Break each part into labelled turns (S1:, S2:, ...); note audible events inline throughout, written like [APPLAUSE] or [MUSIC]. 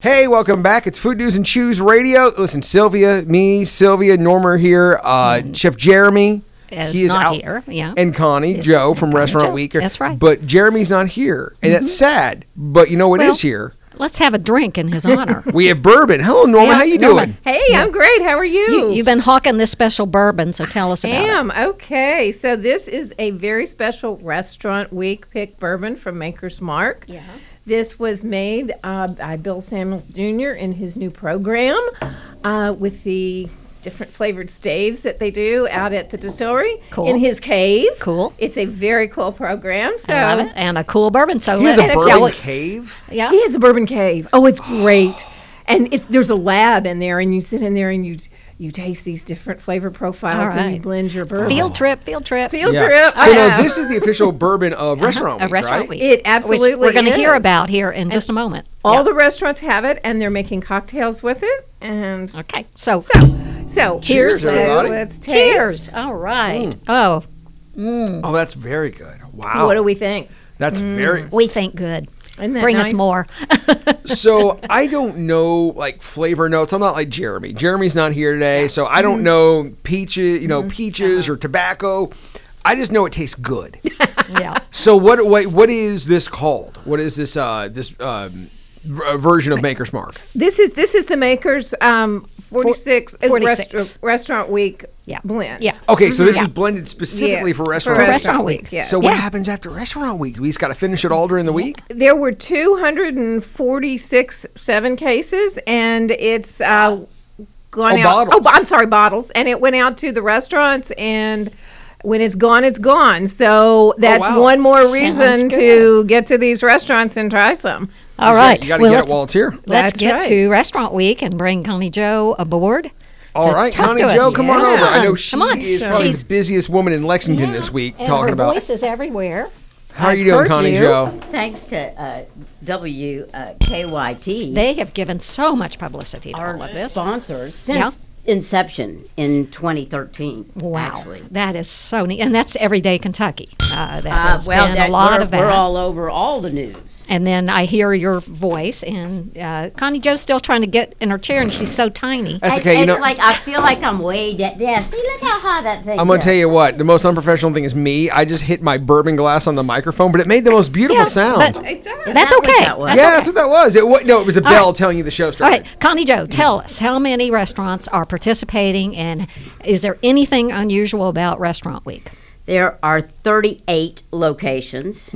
S1: Hey, welcome back. It's Food News and Chews Radio. Listen, Sylvia, me, Sylvia, Norm are here. Uh, Chef Jeremy.
S2: Is Mm. not here, yeah.
S1: And Connie,
S2: Is-
S1: Joe
S2: and
S1: from
S2: Connie
S1: Restaurant
S2: Joe,
S1: Week. are-
S2: that's right. Mm-hmm.
S1: But Jeremy's not here. And that's sad. But you know what is
S2: Well-
S1: here?
S2: Let's have a drink in his honor.
S1: We have bourbon. Hello, Norma.
S2: Yeah,
S1: How you
S2: Norma.
S1: doing?
S3: Hey, I'm great. How are you?
S2: you, you've been hawking this special bourbon, so tell us about it.
S3: Am okay. So this is a very special restaurant week pick bourbon from Maker's Mark.
S2: Yeah.
S3: This was made uh, by Bill Samuels Jr. in his new program uh, with the different flavored staves that they do out at the distillery
S2: Cool.
S3: in his cave.
S2: Cool.
S3: It's a very cool program. So
S2: I love it. And a cool bourbon. So
S1: He has a
S3: Yeah,
S2: let-
S1: bourbon
S2: yeah, we-
S1: cave.
S2: yeah.
S3: He has a bourbon cave. Oh,
S2: [GASPS]
S3: it's great. And it's there's a lab in there, and you sit in there and you you taste these different flavor profiles and you
S2: right.
S3: blend your bourbon.
S2: Field trip, field trip. Uh-huh.
S3: Field
S1: Yeah.
S3: trip.
S1: So
S3: I
S1: now
S3: know.
S1: this is the official bourbon of Restaurant
S2: [LAUGHS] a
S1: Week.
S2: restaurant
S1: right?
S2: week.
S3: It absolutely
S2: Which we're gonna hear
S3: is.
S2: about here in just a moment.
S3: all
S2: Yeah.
S3: the restaurants have it, and they're making cocktails with it. And
S2: Okay. So,
S3: so, so
S2: Cheers,
S3: let's,
S1: everybody.
S3: let's taste.
S2: cheers. All right. Oh,
S1: Oh, that's very good. Wow.
S3: What do we think?
S1: that's very
S2: we think good.
S3: Isn't that
S2: Bring us
S3: nice?
S2: more. [LAUGHS]
S1: so I don't know like flavor notes. I'm not like Jeremy. Jeremy's not here today, so I
S2: Mm-hmm.
S1: don't know peaches, you know,
S2: Uh-huh.
S1: peaches or tobacco. I just know it tastes good. [LAUGHS]
S2: yeah.
S1: so what what what is this called? What is this uh this um v- uh, version of Maker's Mark?
S3: This is this is the makers um, 46, uh,
S2: 46.
S3: restaur- restaurant week
S2: Yeah.
S3: blend.
S2: Yeah. Mm-hmm.
S1: Okay, so this
S2: Yeah.
S1: is blended specifically
S3: Yes,
S1: for restaurant.
S2: For
S1: Week.
S2: Restaurant Week.
S3: Yes.
S1: So what
S2: Yeah.
S1: happens after restaurant week? We just got to finish it all during the week.
S3: There were 246 seven cases, and it's uh, gone
S1: Oh,
S3: out.
S1: bottles.
S3: Oh, I'm sorry, bottles. And it went out to the restaurants, and when it's gone, it's gone. So that's
S1: Oh, wow.
S3: one more
S2: Sounds
S3: reason to
S2: good.
S3: get to these restaurants and try some.
S2: All right.
S1: You got to
S2: Well,
S1: get it
S2: let's-
S1: while it's here.
S2: Let's
S3: That's
S2: get
S3: right.
S2: to Restaurant Week and bring Connie Joe aboard.
S1: All
S2: to
S1: right,
S2: talk
S1: Connie
S2: to us.
S1: Joe, come on over. I
S2: Yeah.
S1: know she
S2: Come on.
S1: is probably
S2: She's-
S1: the busiest woman in Lexington
S2: Yeah.
S1: this week
S2: and
S1: talking
S2: her
S1: about.
S2: voice is everywhere.
S1: How are you
S4: I've
S1: doing,
S4: heard
S1: Connie
S4: you.
S1: Joe?
S4: Thanks to uh, WKYT,
S2: They have given so much publicity to
S4: our
S2: all of this.
S4: sponsors since inception in 2013.
S2: Wow,
S4: actually.
S2: that is so neat, and that's everyday Kentucky. Uh, that
S4: Uh,
S2: has
S4: well,
S2: been
S4: that-
S2: a lot
S4: we're,
S2: of that.
S4: we're all over all the news.
S2: and then I hear your voice, and uh, Connie Joe's still trying to get in her chair, and she's so tiny.
S1: That's
S4: It-
S1: okay.
S4: It's
S1: You know,
S4: like I feel like I'm way dead. Yeah, see, look how high that thing.
S1: I'm gonna
S4: is.
S1: tell you what. The most unprofessional thing is me. I just hit my bourbon glass on the microphone, but it made the most beautiful sound.
S2: but
S3: It does.
S2: that's
S4: that what
S2: okay.
S4: that was?
S1: yeah,
S2: That's
S1: that's what that was. It wa- no, it was the bell telling you the show
S2: All
S1: started.
S2: right, Connie Joe, tell us how many restaurants are participating, and is there anything unusual about Restaurant Week?
S4: There are 38 locations,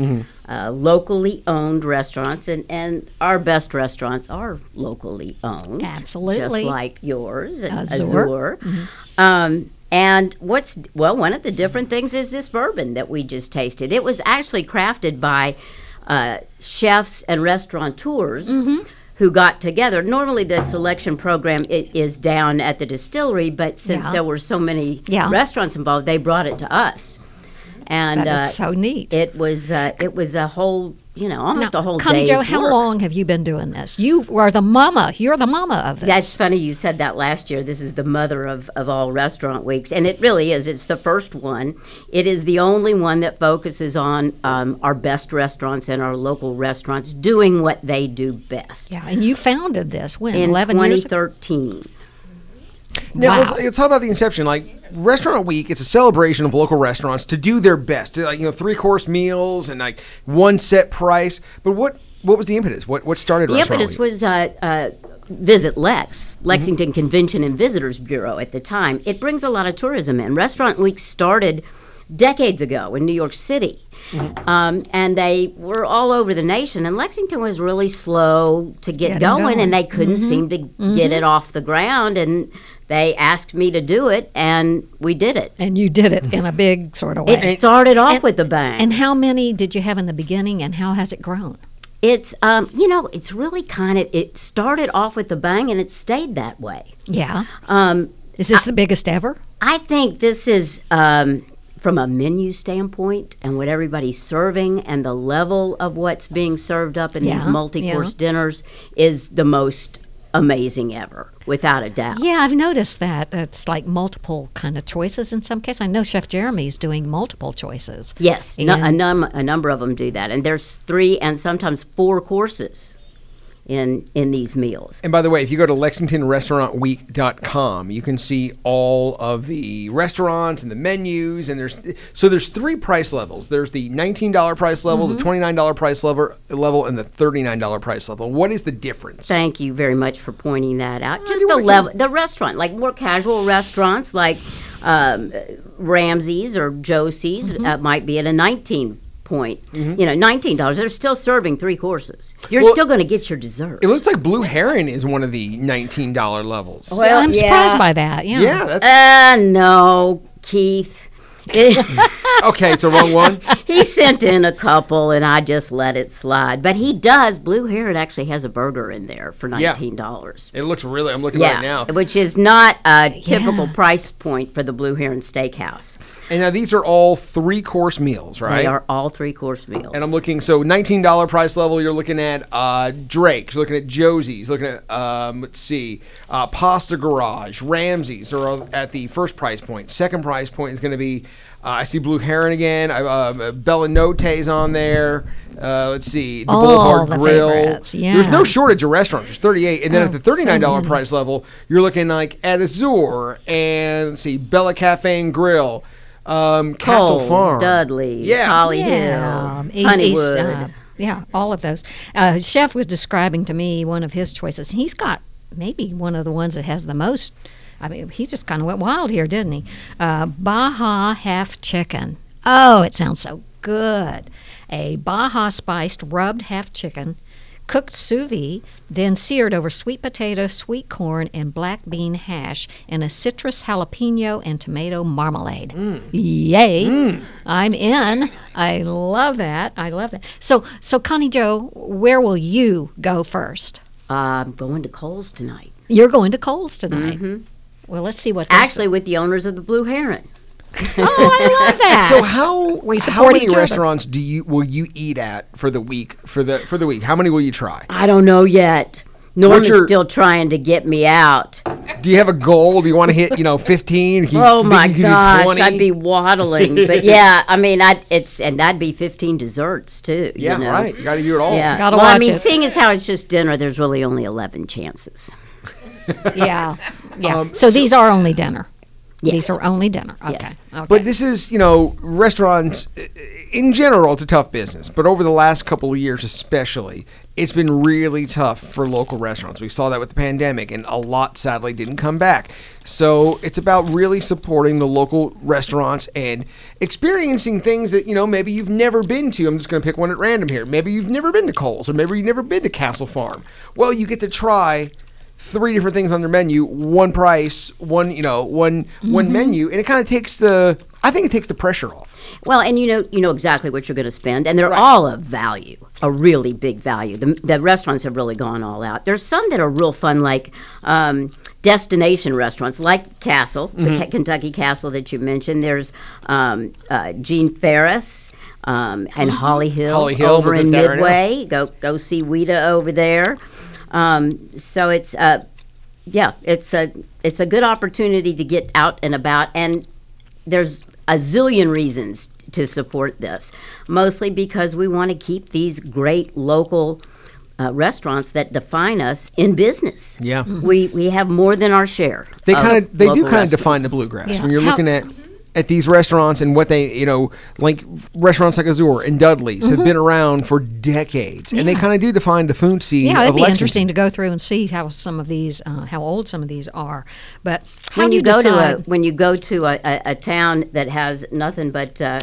S4: uh, locally owned restaurants, and, and our best restaurants are locally owned.
S2: Absolutely.
S4: Just like yours and
S2: Azure. Mm-hmm.
S4: Azure. Um, and what's, well, one of the different things is this bourbon that we just tasted. It was actually crafted by uh, chefs and restaurateurs.
S2: Mm-hmm.
S4: Who got together? Normally, the selection program i- is down at the distillery, but since
S2: Yeah.
S4: there were so many
S2: Yeah.
S4: restaurants involved, they brought it to us, and
S2: That is
S4: uh,
S2: so neat.
S4: it was uh, it was a whole you know almost
S2: Now,
S4: a whole
S2: Connie
S4: day's
S2: Joe, how
S4: work.
S2: long have you been doing this? You are the mama. You're the mama of this.
S4: That's funny you said that last year. This is the mother of, of all restaurant weeks, and it really is. It's the first one. It is the only one that focuses on um, our best restaurants and our local restaurants doing what they do best.
S2: yeah, and you founded this when
S4: In
S2: 11 years ago?
S4: 2013,
S1: Now let's,
S2: Wow.
S1: let's talk about the inception. Like Restaurant Week, it's a celebration of local restaurants to do their best. Like you know, three course meals and like one set price. But what what was the impetus? What what started
S4: the
S1: Restaurant
S4: impetus
S1: Week?
S4: was uh, uh, Visit Lex, Lexington
S2: Mm-hmm.
S4: Convention and Visitors Bureau at the time. It brings a lot of tourism in. Restaurant Week started decades ago in New York City.
S2: Mm-hmm.
S4: Um, and they were all over the nation, and Lexington was really slow to get going, and they couldn't
S2: Mm-hmm.
S4: seem to get it off the ground. And they asked me to do it, and we did it.
S2: And you did it in a big sort of way.
S4: It started off with a bang.
S2: and how many did you have in the beginning, and how has it grown?
S4: it's um, you know, it's really kind of it started off with a bang, and it stayed that way.
S2: Yeah.
S4: Um,
S2: Is this the biggest ever?
S4: I think this is um, from a menu standpoint and what everybody's serving and the level of what's being served up in these
S2: Yeah,
S4: multi course dinners is the most amazing ever, without a doubt.
S2: Yeah, I've noticed that. It's like multiple kind of choices in some cases. I know Chef Jeremy's doing multiple choices.
S4: Yes, no, a,
S2: And-
S4: num- a number of them do that. And there's three and sometimes four courses in in these meals.
S1: And by the way, if you go to lexingtonrestaurantweek.com, you can see all of the restaurants and the menus and there's so there's three price levels. There's the $19 price level,
S4: Mm-hmm.
S1: the $29 price level, level and the $39 price level. What is the difference?
S4: Thank you very much for pointing that
S1: Oh,
S4: out. Just the level, the restaurant, like more casual restaurants, like um, Ramsey's or Josie's,
S1: Mm-hmm.
S4: uh, might be at a nineteen point. You know, nineteen dollars. They're still serving three courses. You're
S1: Well-
S4: still going to get your dessert.
S1: it looks like Blue Heron is one of the $19 levels.
S4: Oh,
S2: Well, I'm surprised
S4: yeah.
S2: by that. Yeah.
S1: yeah, that's
S4: Uh, no, Keith. [LAUGHS]
S1: okay. It's the wrong one.
S4: he sent in a couple, and I just let it slide. But he does. Blue Heron actually has a burger in there for
S1: Yeah.
S4: nineteen dollars.
S1: It looks really. I'm looking at it now.
S4: which is not a typical
S2: Yeah.
S4: price point for the Blue Heron Steakhouse.
S1: And now these are all three course meals, right?
S4: They are all three course meals.
S1: And I'm looking. So $19 price level. You're looking at uh, Drake's. You're looking at Josie's. Looking at um, let's see, uh, Pasta Garage, Ramsey's are all at the first price point. Second price point is going to be. Uh, I see Blue Heron again. I, uh, Bella Note's on there. Uh, let's see, the
S2: All
S1: Boulevard
S2: the
S1: Grill.
S2: favorites,
S1: There's no
S2: yeah.
S1: shortage of restaurants. There's 38, and then
S2: Oh,
S1: at the
S2: so
S1: $39 price level, you're looking like at Azure and let's see Bella Cafe and Grill, um, Castle
S4: Coles,
S1: Farm,
S4: Dudley's,
S1: Yeah.
S4: Holly
S2: Yeah.
S4: Hill,
S2: E- East,
S4: Honeywood.
S2: uh, yeah, all of those. Uh, chef was describing to me one of his choices. He's got maybe one of the ones that has the most. I mean, he just kind of went wild here, didn't he? Uh, Baja half chicken. Oh, it sounds so good. A Baja spiced rubbed half chicken, cooked sous vide, then seared over sweet potato, sweet corn, and black bean hash, and a citrus jalapeno and tomato marmalade. Yay! I'm in. I love that. I love that. So, so Connie Joe, where will you go first?
S4: Uh, I'm going to Coles tonight.
S2: You're going to Cole's tonight. Well, let's see what. they
S4: Mm-hmm. Actually, with the owners of the Blue Heron.
S2: say. oh, I
S4: [LAUGHS]
S2: love that.
S1: So how
S2: We
S1: how
S2: support
S1: many
S2: each other.
S1: restaurants do you will you eat at for the week for the for the week? How many will you try?
S4: I don't know yet. Norm
S1: your-
S4: is still trying to get me out.
S1: Do you have a goal? Do you want to hit you know fifteen? Can you-
S4: Oh
S1: think
S4: my
S1: you can do
S4: gosh,
S1: 20?
S4: I'd be waddling.
S1: [LAUGHS]
S4: but yeah, I mean, I it's and that'd be 15 desserts too. you
S1: yeah
S4: know?
S1: right. You got to do it all.
S4: Yeah.
S2: Gotta
S4: well, I
S2: watch
S4: mean,
S2: it.
S4: seeing as how it's just dinner, there's really only 11 chances.
S2: yeah, yeah. so, these are only dinner.
S4: um, Yes.
S2: These are only dinner. Okay.
S4: Yes.
S2: okay.
S1: But this is, you know, restaurants i- in general, it's a tough business. But over the last couple of years, especially, it's been really tough for local restaurants. We saw that with the pandemic, and a lot sadly didn't come back. So it's about really supporting the local restaurants and experiencing things that, you know, maybe you've never been to. I'm just going to pick one at random here. Maybe you've never been to Cole's, or maybe you've never been to Castle Farm. Well, you get to try three different things on their menu, one price, one you know, one
S2: Mm-hmm.
S1: one menu, and it kind of takes the I think it takes the pressure off.
S4: Well, and you know, you know exactly what you're going to spend, and they're all of value, a really big value. The, the restaurants have really gone all out. There's some that are real fun, like um, destination restaurants, like Castle, the
S1: Mm-hmm.
S4: K- Kentucky Castle that you mentioned. There's um, uh, Gene Ferris. Um, and Holly Hill,
S1: Mm-hmm. Holly Hill,
S4: over
S1: we're
S4: in
S1: down there now.
S4: Midway. go go see Weta over there. Um, so it's uh, yeah, it's a it's a good opportunity to get out and about, and there's a zillion reasons to support this. Mostly because we want to keep these great local uh, restaurants that define us in business.
S1: Yeah. Mhm.
S4: we we have more than our share.
S1: They kind of they do
S4: local
S1: kind of
S4: restaurants.
S1: define the bluegrass
S2: Yeah.
S1: when you're
S2: How- Mm-hmm.
S1: looking at at these restaurants and what they you know like restaurants like Azure and Dudley's
S2: Mm-hmm.
S1: have been around for decades, and they kind of do define the food scene.
S2: yeah,
S1: of
S2: it'd be
S1: Lexington.
S2: interesting to go through and see how some of these, uh, how old some of these are. But how
S4: when
S2: do
S4: you,
S2: you
S4: go
S2: decide?
S4: to a when you go to a, a, a town that has nothing but uh,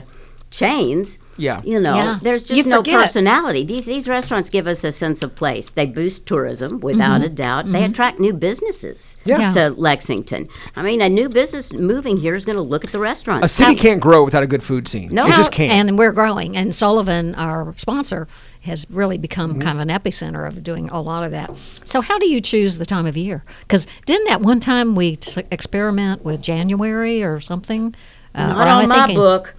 S4: chains
S1: Yeah.
S4: you know
S2: Yeah.
S4: there's just
S2: You
S4: no
S2: forget.
S4: personality these these restaurants give us a sense of place they boost tourism without a doubt they attract new businesses
S2: Mm-hmm. Yeah.
S4: to lexington i mean a new business moving here is going to look at the restaurant
S1: A city can't grow without a good food scene.
S4: No.
S1: it just
S4: How-
S1: can't.
S2: And we're growing. And Sullivan, our sponsor, has really become
S1: Mm-hmm.
S2: kind of an epicenter of doing a lot of that. So, how do you choose the time of year? Because didn't at one time we s- experiment with January or something? Uh, or am
S4: not
S2: I
S4: on my
S2: thinking-
S4: book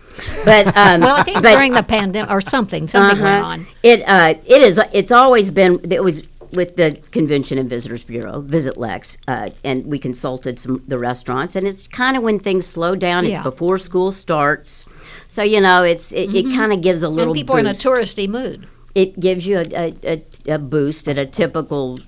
S2: [LAUGHS]
S4: but um,
S2: Well, I think
S4: [LAUGHS] but
S2: during the pandemic or something, something went
S4: Uh-huh.
S2: on.
S4: It uh, it is. It's always been. It was with the Convention and Visitors Bureau, Visit Lex, uh, and we consulted some the restaurants. And it's kind of when things slow down.
S2: Yeah.
S4: It's before school starts, so you know it's it, it kind of gives a
S2: Mm-hmm.
S4: little.
S2: And people are in a
S4: boost.
S2: touristy mood.
S4: it gives you a, a, a, a boost at a typical,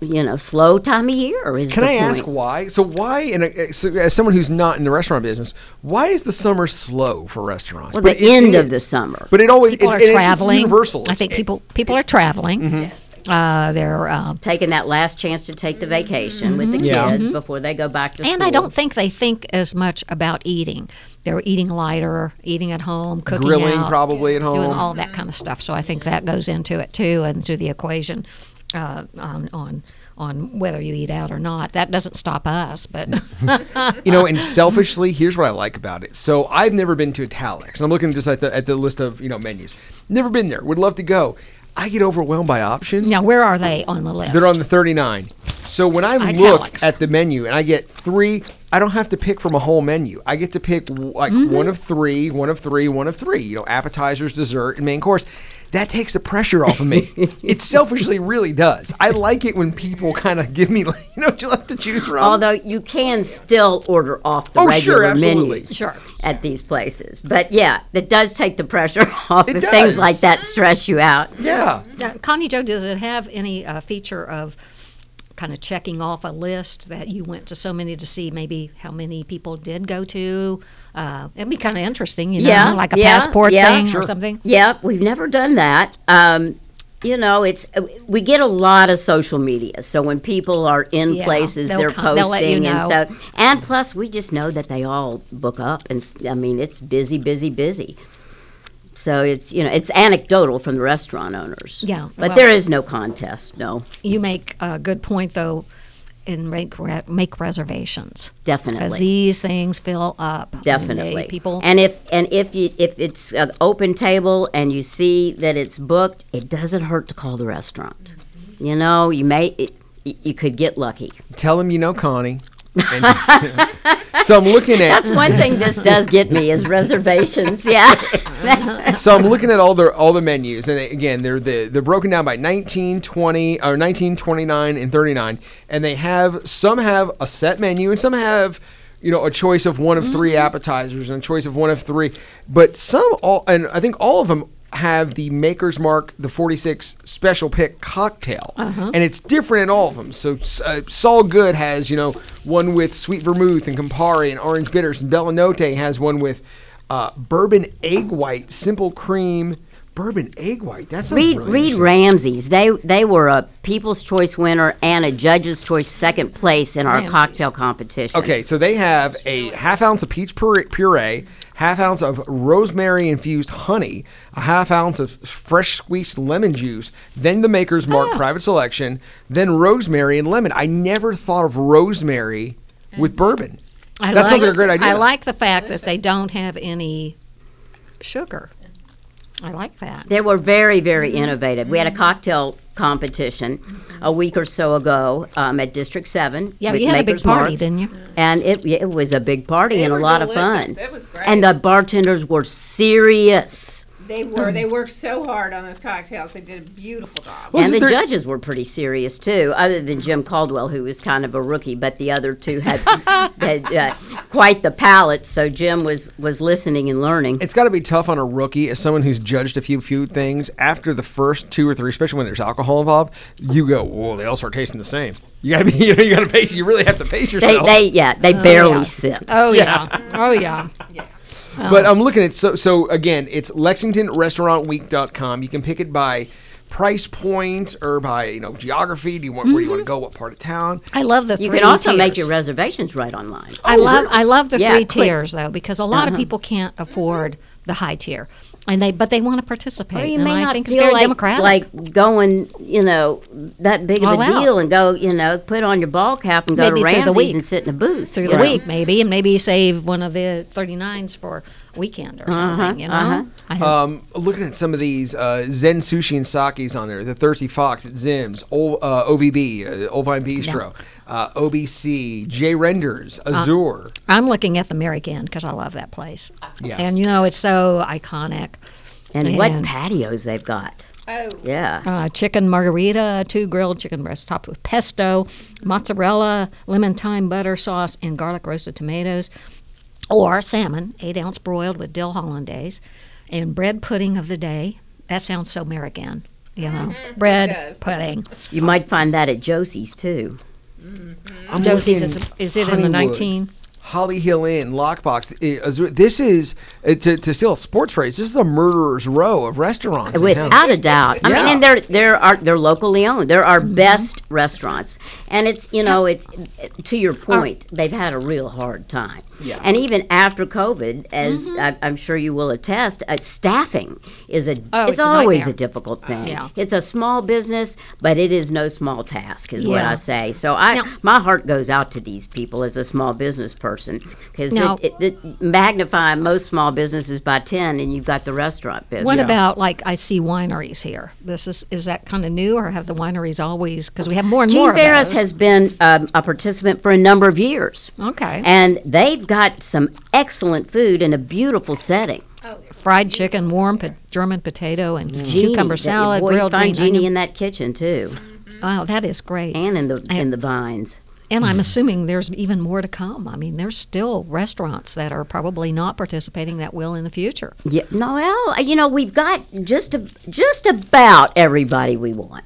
S4: you know, slow time of year. Is
S1: Can
S4: the
S1: I ask
S4: point.
S1: why? So why, in a, eh, so as someone who's not in the restaurant business, why is the summer slow for restaurants?
S4: Well, the
S1: it
S4: end of
S1: is.
S4: the summer.
S1: But it always
S2: people
S1: it-
S2: are
S1: and it's- it's
S2: traveling.
S1: universal. Eh,
S2: I
S1: It's- Mm-hmm.
S2: think
S1: it-
S2: people people are traveling. Uh, they're um,
S4: Taking that last chance to take the vacation with the
S1: Yeah.
S4: kids before they go back to school.
S2: Mm-hmm. and I don't think they think as much about eating. They're eating lighter, eating at home, cooking
S1: grilling
S2: out,
S1: probably at
S2: doing
S1: home.
S2: all that kind of stuff. So I think that goes into it too, and to the equation uh, on on on whether you eat out or not. That doesn't stop
S1: [LAUGHS]
S2: us, but [LAUGHS]
S1: you know, and selfishly, here's what I like about it. So I've never been to Italics, and I'm looking just at the at the list of you know menus. Never been there. Would love to go. I get overwhelmed by options.
S2: now where are they on the list?
S1: They're on the 39. So when I
S2: Italics.
S1: look at the menu and I get three, I don't have to pick from a whole menu. I get to pick w- like one of three, one of three, one of three. You know, appetizers, dessert, and main course. That takes the pressure off of me. it selfishly really does. I like it when people kind of give me, [LAUGHS] like, you know, what you have to choose from.
S4: Although you can still order off the
S1: Um, Oh, sure,
S4: regular
S1: absolutely.
S4: menus
S2: Sure.
S4: at these places. But yeah, that does take the pressure [LAUGHS] off
S1: It
S4: if things
S1: does.
S4: like that stress you out.
S1: yeah.
S2: Now, Connie Joe, does it have any uh, feature of kind of checking off a list that you went to so many to see maybe how many people did go to? Uh, it'd be kind of interesting, you know,
S4: Yeah,
S2: like a
S4: yeah,
S2: passport
S4: yeah.
S2: thing
S4: Sure.
S2: or something.
S4: Yep, we've never done that. Um, you know, it's uh, we get a lot of social media, so when people are in
S2: Yeah,
S4: places,
S2: they'll
S4: they're
S2: come-
S4: posting,
S2: they'll let you
S4: and
S2: know.
S4: so and plus we just know that they all book up, and s- I mean it's busy, busy, busy. So it's you know it's anecdotal from the restaurant owners.
S2: Yeah,
S4: but
S2: well-
S4: there is no contest. No,
S2: You make a good point, though, and make, re- make reservations. Because
S4: definitely.
S2: these things fill up. They-
S4: definitely
S2: people.
S4: and if and if you if it's an open table and you see that it's booked it doesn't hurt to call the restaurant you know you may it, y- you could get lucky
S1: Tell them you know Connie. And- [LAUGHS] so I'm looking at
S4: that's one thing this does get me is reservations [LAUGHS] yeah
S1: so I'm looking at all the all the menus, and again, they're the they're broken down by 19, 20, or 19, 29, and 39, and they have some have a set menu, and some have you know a choice of one of three appetizers and a choice of one of three, but some all and I think all of them have the Maker's Mark the 46 special pick cocktail, and it's different in all of them. So uh, Saul Good has you know one with sweet vermouth and Campari and orange bitters, and Bellinote has one with uh, bourbon egg white, simple cream, bourbon egg white. That's
S4: [LAUGHS] reed,
S1: really
S4: reed
S1: interesting.
S4: ramsey's they they were a people's choice winner and a judge's choice second place in our
S2: Ramsey's.
S4: cocktail competition
S1: Okay, so they have a half ounce of peach puree, puree, half ounce of rosemary infused honey, a half ounce of fresh squeezed lemon juice, then the maker's
S4: Ah.
S1: mark private selection, then rosemary and lemon. I never thought of rosemary
S4: Mm.
S1: with bourbon.
S2: I
S1: that
S2: like,
S1: sounds like a great idea.
S2: I like the fact that they don't have any sugar. I like that.
S4: They were very, very
S2: Mm-hmm.
S4: innovative. We had a cocktail competition a week or so ago um, at District Seven.
S2: Yeah,
S4: with
S2: you had a big
S4: Maker's
S2: party,
S4: Mark.
S2: didn't you?
S4: And it, yeah, it was a big party
S3: They
S4: and a
S3: were
S4: lot of
S3: delicious.
S4: fun.
S3: It was great.
S4: And the bartenders were serious,
S3: They were. They worked so hard on those cocktails. They did a beautiful job.
S1: Well,
S4: and
S1: so
S4: the
S1: there-
S4: judges were pretty serious too. Other than Jim Caldwell, who was kind of a rookie, but the other
S2: [LAUGHS]
S4: two had, had uh, quite the palate. So Jim was was listening and learning.
S1: It's got to be tough on a rookie as someone who's judged a few few things. After the first two or three, especially when there's alcohol involved, you go, "Whoa, they all start tasting the same." You gotta be, [LAUGHS] you know, you gotta pace. You really have to pace
S4: They,
S1: yourself.
S4: they yeah, they barely sipped.
S2: Oh,
S4: [LAUGHS]
S2: yeah. Oh, yeah.
S1: but I'm looking at so so again, it's LexingtonRestaurantWeek.com. You can pick it by price point or by you know geography. Do you want where do you want to
S4: Mm-hmm.
S1: go? What part of town?
S2: I love the
S4: You
S2: three
S4: can also make
S2: tiers.
S4: your reservations right online.
S2: I love I love the
S4: Yeah,
S2: three
S4: quick. Uh-huh.
S2: tiers though because a lot of people can't afford the high tier, and they but they want to participate.
S4: Or you
S2: and
S4: may
S2: I
S4: not
S2: think it's
S4: feel
S2: very
S4: like,
S2: democratic.
S4: like going, you know, that big of
S2: All
S4: a
S2: out.
S4: deal and go, you know, put on your ball cap and go
S2: Maybe
S4: to
S2: through the
S4: Ramsey's
S2: week.
S4: and sit in a booth
S2: through
S4: you
S2: the
S4: know.
S2: week maybe, and maybe save one of the 39s for weekend or something. you know, I think
S1: Um, looking at some of these uh, Zen Sushi and Saki's on there, the Thirsty Fox at Zim's, o, uh, OVB, uh, Old Vine Bistro, uh, OBC, J Renders, Azure.
S2: I'm looking at the American because I love that place.
S1: Yeah.
S2: and you know it's so iconic.
S4: And what
S2: And-
S4: patios they've got.
S3: Oh,
S4: Yeah.
S2: Uh, chicken margarita, two grilled chicken breasts topped with pesto, mozzarella, lemon thyme butter sauce, and garlic roasted tomatoes, or salmon, eight ounce broiled with dill hollandaise, and bread pudding of the day, that sounds so American. You know,
S1: Mm-hmm.
S2: bread pudding.
S4: You might find that at Josie's too.
S1: I'm
S2: Josie's is,
S1: looking
S2: is it in the
S1: Honeywood,
S2: nineteen?
S1: Holly Hill Inn, Lockbox. eh, Azure- This is, eh, to, to steal a sports phrase, this is a murderer's row of restaurants. in town.
S4: Without a doubt. I mean,
S1: Yeah.
S4: and they're they're are they're locally owned. They're
S2: Mm-hmm.
S4: our best restaurants, and it's you know it's to
S2: Uh,
S4: your point. They've had a real hard time.
S1: Yeah.
S4: And even after COVID, as
S2: Mm-hmm.
S4: I, I'm sure you will attest, uh, staffing is a
S2: Oh,
S4: it's,
S2: it's a
S4: always
S2: nightmare. Uh,
S4: a difficult thing.
S2: Yeah.
S4: It's a small business, but it is no small task, is what
S2: Yeah.
S4: I say. So I
S2: Now-
S4: my heart goes out to these people as a small business person because
S2: Now-
S4: it, it, it magnify most small businesses by ten, and you've got the restaurant business.
S2: What about like I see wineries here? This is is that kind of new, or have the wineries always? Because we have more and more. of
S4: Gene Ferris
S2: those.
S4: has been um, a participant for a number of years.
S2: Okay.
S4: And they've got some excellent food in a beautiful setting.
S2: fried chicken, warm po- German potato, and cucumber
S4: Genie, that-
S2: salad,
S4: boy, you
S2: grilled green
S4: find Genie
S2: onion.
S4: in that kitchen too,
S2: Wow, that is great.
S4: and in the
S2: And-
S4: in the vines.
S2: And I'm assuming there's even more to come. I mean, there's still restaurants that are probably not participating that will in the future.
S4: Yeah, Noel, you know we've got just a, just about everybody we want.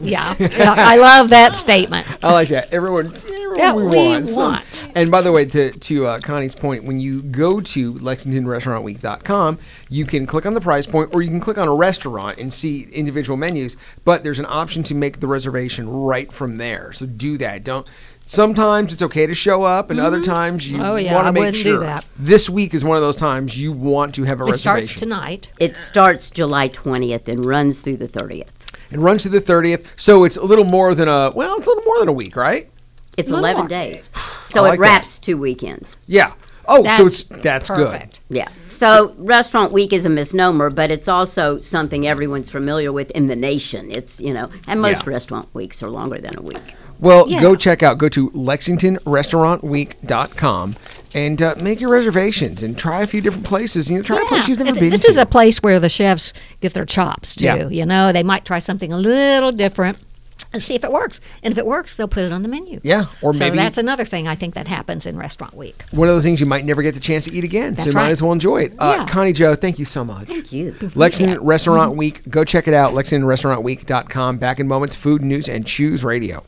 S2: Yeah, Yeah, I love that statement.
S1: I like that. Everyone, everyone
S2: That
S1: we,
S2: we
S1: want. So-
S2: want.
S1: and by the way, to, to uh, Connie's point, when you go to LexingtonRestaurantWeek.com, you can click on the price point or you can click on a restaurant and see individual menus, but there's an option to make the reservation right from there. So do that. Don't. Sometimes it's okay to show up, and other times you
S2: Oh, yeah,
S1: want
S2: I
S1: to make
S2: wouldn't do
S1: sure.
S2: that.
S1: This week is one of those times you want to have a
S2: It
S1: reservation.
S2: starts tonight.
S4: It starts July twentieth and runs through the thirtieth.
S1: It runs to the 30th, so it's a little more than a well, it's a little more than a week, right?
S4: It's
S2: One
S4: eleven
S1: [SIGHS]
S2: more.
S4: days, so
S1: like
S4: it
S1: that.
S4: wraps two weekends.
S1: Yeah. Oh, so
S2: That's
S1: it's that's good.
S2: Perfect.
S4: Yeah. So, restaurant week is a misnomer, but it's also something everyone's familiar with in the nation. It's, you know, and most
S1: Yeah.
S4: restaurant weeks are longer than a week.
S1: Well,
S2: Yeah.
S1: go check out, go to lexingtonrestaurantweek.com and uh, make your reservations and try a few different places. You know, try a place you've never
S2: Th-
S1: been
S2: this
S1: to.
S2: is a place where the chefs get their chops too.
S1: Yeah.
S2: You know, they might try something a little different and see if it works. And if it works, they'll put it on the menu.
S1: Yeah, or
S2: so
S1: maybe-
S2: that's another thing I think that happens in Restaurant Week.
S1: One of the things you might never get the chance to eat again, so
S2: That's
S1: you might
S2: right.
S1: as well enjoy it. Uh,
S2: Yeah.
S1: Connie Joe, thank you so much.
S4: Thank you.
S1: Lexington
S2: Mm-hmm.
S1: Restaurant Week, go check it out, lexingtonrestaurantweek.com. Back in moments, food news and choose radio.